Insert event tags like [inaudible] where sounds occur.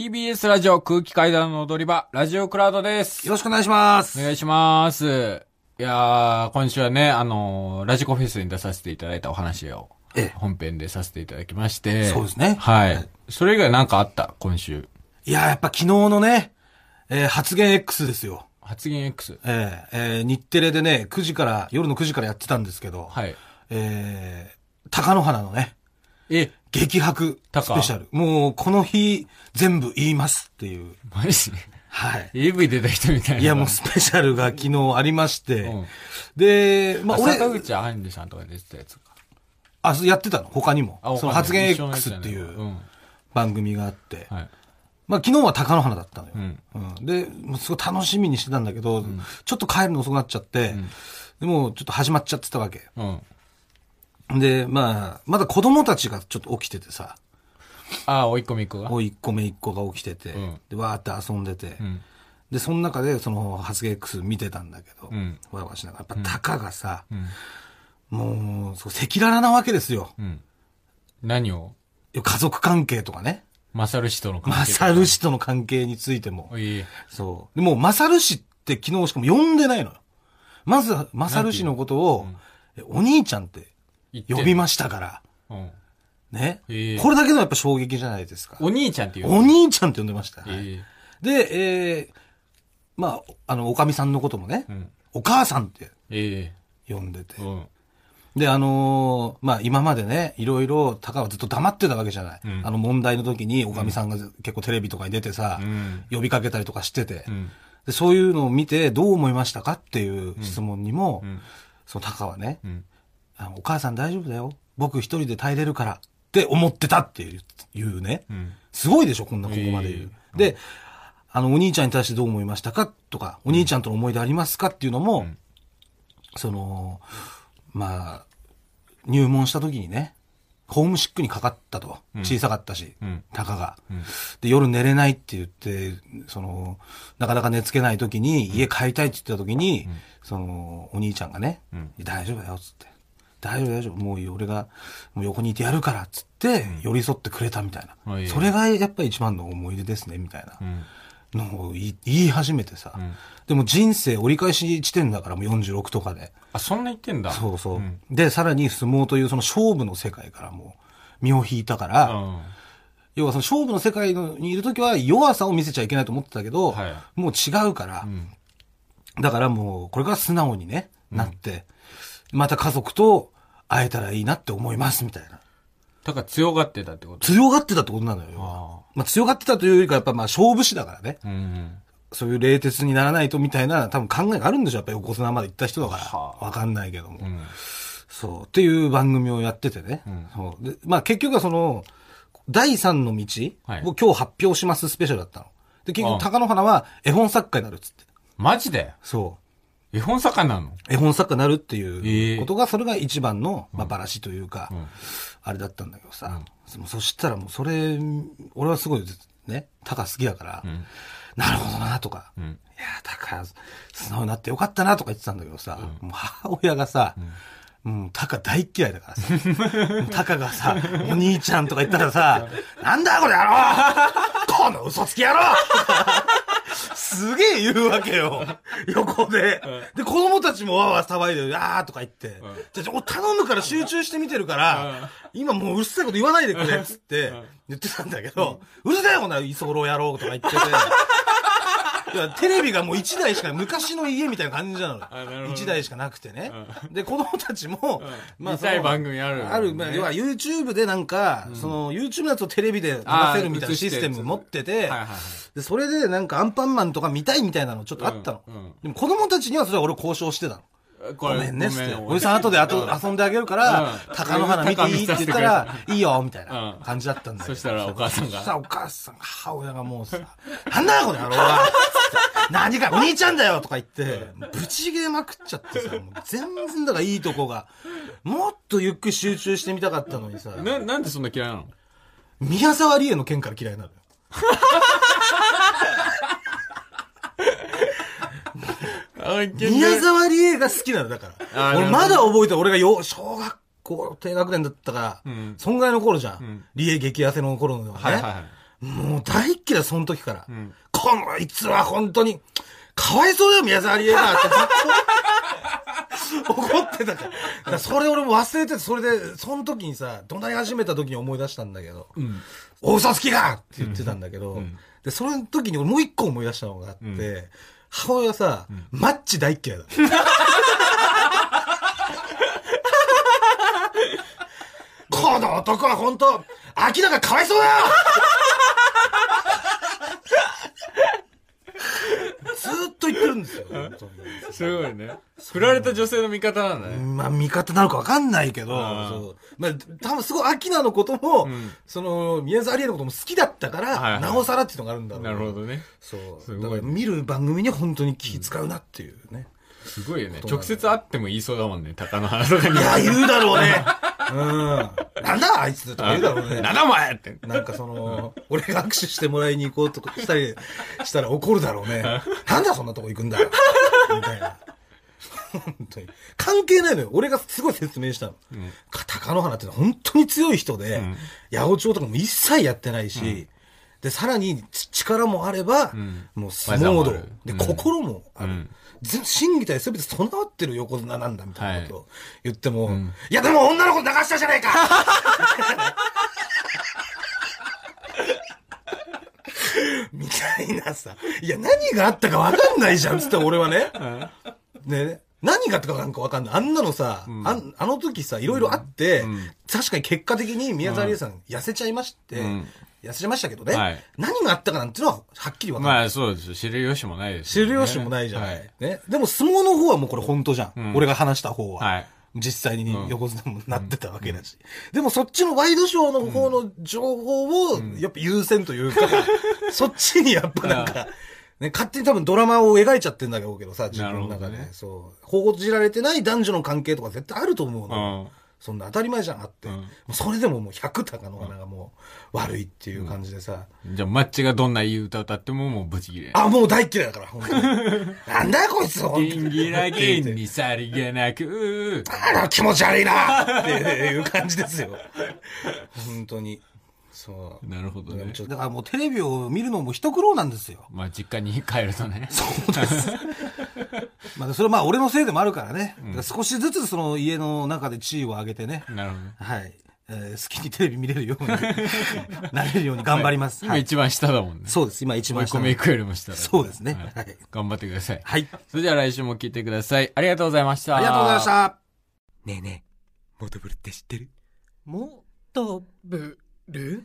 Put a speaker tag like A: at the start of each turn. A: TBS ラジオ空気階段の踊り場、ラジオクラウドです。
B: よろしくお願いします。
A: お願いします。いやー、今週はね、あのーラジコフェスに出させていただいたお話を
B: ええ、
A: 本編でさせていただきまして。
B: そうですね
A: はい。それ以外なんかあった、今週。
B: いや、やっぱ昨日のね、えー発言 X ですよ。
A: 発言 X。
B: えーえー日テレでね、9時から、夜の9時からやってたんですけど、
A: はい。
B: えー、高野花のね、
A: え、
B: 激白スペシャル。もう、この日、全部言いますっていう。
A: マジ
B: はい。
A: ?AV 出た人みたいな。
B: いや、もうスペシャルが昨日ありまして、
A: うん
B: で、ま
A: あ、
B: あ、俺、
A: 坂口杏里さんとか出てたやつか。
B: あ、そうやってたの他にも
A: あ。
B: その
A: わかん
B: 発
A: ない
B: 言
A: 一緒のやつ
B: X
A: じゃ
B: っ
A: な
B: て
A: い。
B: いううん番組があって、
A: はい。
B: まあ、昨日は高野花だったのよ。
A: うん。
B: うん、で、もうすごい楽しみにしてたんだけど、ちょっと帰るの遅くなっちゃって、でもうちょっと始まっちゃってたわけ。
A: うん。
B: で、まあ、まだ子供たちがちょっと起きててさ、
A: あ、追い込み子が。
B: おいっ個目一個が起きてて、
A: うん
B: で、わーって遊んでて、
A: うん。
B: で、その中でその発言 X 見てたんだけど、
A: うん
B: わーわーしながら、やっぱタカがさ、
A: うん。
B: もう、そう赤裸々なわけですよ。
A: うん。何を
B: 家族関係とかね、
A: 勝る人の関係。
B: マサル氏との関係についても。
A: いい。
B: そう。でもう、マサル氏って昨日しかも呼んでないのよ。まず、マサル氏のことを、えお兄ちゃんって呼びましたから。
A: す。うん。
B: ね。
A: ええ
B: これだけのやっぱ衝撃じゃないですか。
A: お兄ちゃんっていう。
B: お兄ちゃんって呼んでました。はい
A: え
B: で、えー、まあ、あの、おかみさんのこともね、
A: えうん。
B: お母さんって
A: え
B: 呼んでて
A: え。うん。
B: で、あのーまあ、今までね、いろいろ、タカはずっと黙ってたわけじゃない。
A: うん
B: あの問題の時に、おかみさんが結構テレビとかに出てさ、
A: うん。
B: 呼びかけたりとかしてて、
A: うん。
B: で、そういうのを見てどう思いましたかっていう質問にも、
A: うん。
B: そのタカはね、
A: うん。
B: あお母さん大丈夫だよ。僕一人で耐えれるからって思ってたっていういうね。
A: うん。
B: すごいでしょ、こんなここまで言う。で、あの、お兄ちゃんに対してどう思いましたかとか、お兄ちゃんとの思い出ありますかっていうのも、
A: ん
B: その、まあ、入門した時にね、ホームシックにかかったと。小さかったし、
A: うん
B: タカが、
A: ん
B: で、夜寝れないって言って、その、なかなか寝つけない時に、家帰りたいって言った時に、その、お兄ちゃんがね、
A: ん
B: 大丈夫だよ、つって。大丈夫、大丈夫。もう俺が、もう横にいてやるから、つって、寄り添ってくれたみたいな。
A: あいい
B: それがやっぱり一番の思い出ですね、みたいな
A: うん。
B: のを言い言い始めてさ、でも人生折り返し地点だからもう46とかで。
A: あ、そんな言ってんだ。
B: そうそう。
A: うん。
B: で、さらに相撲というその勝負の世界からもう身を引いたから、要はその勝負の世界のにいるときは弱さを見せちゃいけないと思ってたけど、
A: はい
B: もう違うから、だからもうこれから素直にね、なって、また家族と会えたらいいなって思いますみたいな。
A: だから強がってたってこと。
B: 強がってたってことなのよ。要は
A: あ
B: まあ、強がってたというよりかやっぱまあ勝負師だからね。
A: あ。うん。
B: そういう冷徹にならないとみたいな多分考えがあるんでしょ。やっぱ横綱まで行った人だから。
A: はあ
B: わかんないけども。
A: うん。
B: そう。っていう番組をやっててね。
A: ん
B: そうでまあ結局はその、第三の道
A: はい
B: を今日発表しますスペシャルだったの。で、結
A: ああ
B: 局、高野花は絵本作家になるっつって。
A: マジで
B: そ
A: 絵本作家なの
B: う。絵本作家になるって
A: え
B: い
A: え
B: うことが、それが一番の、まあ、ばらしというか、
A: ん
B: あれだったんだけどさ。そそしたらもうそれ、俺はすごいね、高好きだから、なるほどなとか、
A: う
B: い
A: ん。
B: やー、タカ、素直になってよかったなとか言ってたんだけどさ、もう母親がさ、うん、タカ大っ嫌いだからさ、タカがさ、お兄ちゃんとか言ったらさ、なんだこれ野郎この嘘つき野郎すげえ言うわけよ。横で。で、子供たちもわーわー騒いでる、あーとか言って。じゃあ、お頼むから集中して見てるから、今もううるさいこと言わないでくれ、つって言ってたんだけど、うるさいよ、こんな居候野郎とか言ってて。いやテレビがもう1台しか、昔の家みたいな感じなの。
A: なるほど
B: 1台しかなくてね。で、子供たちも、
A: 見
B: その
A: たい番組あるよね
B: ある、まあ、要は YouTube でなんか、その YouTube のやつをテレビで流せるみたい
A: あー
B: な
A: 映して
B: システム持ってて
A: はいはいはい、
B: で、それでなんかアンパンマンとか見たいみたいなのちょっとあったの
A: うんうん。
B: でも子供たちにはそれは俺交渉してたの。
A: ご
B: ごめんねっつって。
A: 俺
B: おじさん後で後遊んであげるから
A: うん、
B: 鷹の花見ていいって言ったら、いいよ、みたいな
A: うん
B: 感じだったんだけど
A: そしたらお母さんが
B: そしたらお母さんが、母親がもうさ、なんだよこの野郎は
A: [laughs]
B: つって何か、お兄ちゃんだよとか言って、ぶち切れまくっちゃってさ、もう全然だからいいとこが、もっとゆっくり集中してみたかったのにさ、
A: な、なんでそんな嫌いなの
B: 宮沢りえの件から嫌いなのよ。宮沢りえが好きなの、だか
A: あー
B: ら。俺まだ覚えてる、俺がよ、小学校低学年だったから、
A: ん
B: そんぐらいの頃じゃん。
A: ん
B: りえ激痩せの頃のね。
A: はいはいはい
B: もう大っ嫌い、その時から。
A: ん
B: このいつは本当に、かわいそうだよ、宮沢りえなってずっ
A: [laughs]
B: と怒ってたから。だからそれ俺も忘れてて、それで、その時にさ、怒鳴り始めた時に思い出したんだけど、
A: うん。
B: 大嘘つきがって言ってたんだけど、
A: ん
B: で、その時に俺もう一個思い出したのがあって、
A: う
B: 母親さ、マッチ大っ嫌いだ。この男は本当、秋田がかわいそ
A: [laughs]
B: うだよずーっと言ってるんですよ、本当に。
A: すごいね。振られた女性の味方なんだね。
B: まあ、味方なのか分かんないけど、
A: うん
B: そうまあ、多分すごい、アキナのことも、
A: うん
B: その、宮沢りえのことも好きだったから、
A: はいはい
B: なおさらっていうのがあるんだろう
A: なるほ。どね。
B: そう。
A: すごい
B: だから見る番組に本当に気使うなっていうね。
A: すごいよね。直接会っても言いそうだもんね。鷹の花とかに
B: い。や、言うだろうね。うん。なんだあいつとか言うだろうね。
A: なんだお前って。
B: なんかその、 [laughs] 俺が握手してもらいに行こうとかしたりしたら怒るだろ
A: [laughs]
B: うね。なんだそんなとこ行くんだよ。みたいな。本当に。関係ないのよ。俺がすごい説明したの。か貴乃花ってのは本当に強い人で、
A: ん
B: 八百長とかも一切やってないし、で、さらにち力もあれば、
A: ん
B: もう相撲道
A: 技もある、
B: で、
A: うん
B: 心もある。
A: うん
B: 全心技体全て備わってる横綱なんだみたいなことを言っても、
A: ん
B: いやでも女の子流したじゃねえ
A: [laughs]
B: かみたいなさ。いや、何があったか分かんないじゃん、つって俺はね。ね。何があったかなんか分かんない。あんなのさ、あんあの時さ、いろいろあって、確かに結果的に宮沢りえさん、痩せちゃいまして、
A: ん
B: 痩せちゃいましたけどね、
A: はい
B: 何があったかなんてのははっきり分かんない。
A: まあそうですよ。知る由もないです。
B: 知る由もないじゃな、
A: はいい。
B: ね。でも相撲の方はもうこれ本当じゃん。
A: ん
B: 俺が話した方は。
A: はい。
B: 実際に横綱もなってたわけだし。でもそっちのワイドショーの方の情報を、やっぱ優先とい
A: [laughs]
B: うか、そっちにやっぱなんか、ね、勝手に多分ドラマを描いちゃってんだろうけどさ、自分の
A: な
B: 中
A: る
B: で。
A: ほどね
B: そう。報じられてない男女の関係とか絶対あると思う
A: う
B: の。
A: ん。
B: そんな当たり前じゃんあって。
A: うん
B: もうそれでももう100高の花がもう悪いっていう感じでさ。
A: じゃあ、マッチがどんないい歌歌っても、もうブチギレ。
B: あ、もう大っ嫌いだから、本
A: [laughs]
B: 当になんだよこいつ、本当
A: ギ
B: に
A: ンギラギンにさりげなく。
B: あら、気持ち悪いなっていう感じですよ。本当に。そう。
A: なるほどね。
B: だからもうテレビを見るのも一苦労なんですよ。
A: まあ、実家に帰るとね。
B: そうです。まあ、それはまあ俺のせいでもあるからね。だから少しずつその家の中で地位を上げてね。
A: なるほどね。
B: はい。えー好きにテレビ見れるよう [laughs] になれるように頑張ります。
A: 今
B: はい
A: 一番下だもんね。
B: そうです。今一
A: 追い
B: 番
A: 込
B: 下
A: み行くよりも下だ。
B: そうですね
A: はい
B: はい
A: 頑張ってください。
B: はい。
A: それでは来週も聞いてください。ありがとうございました。
B: ありがとうございました。
C: ねえねえ、モトブルって知ってる
D: もっとぶる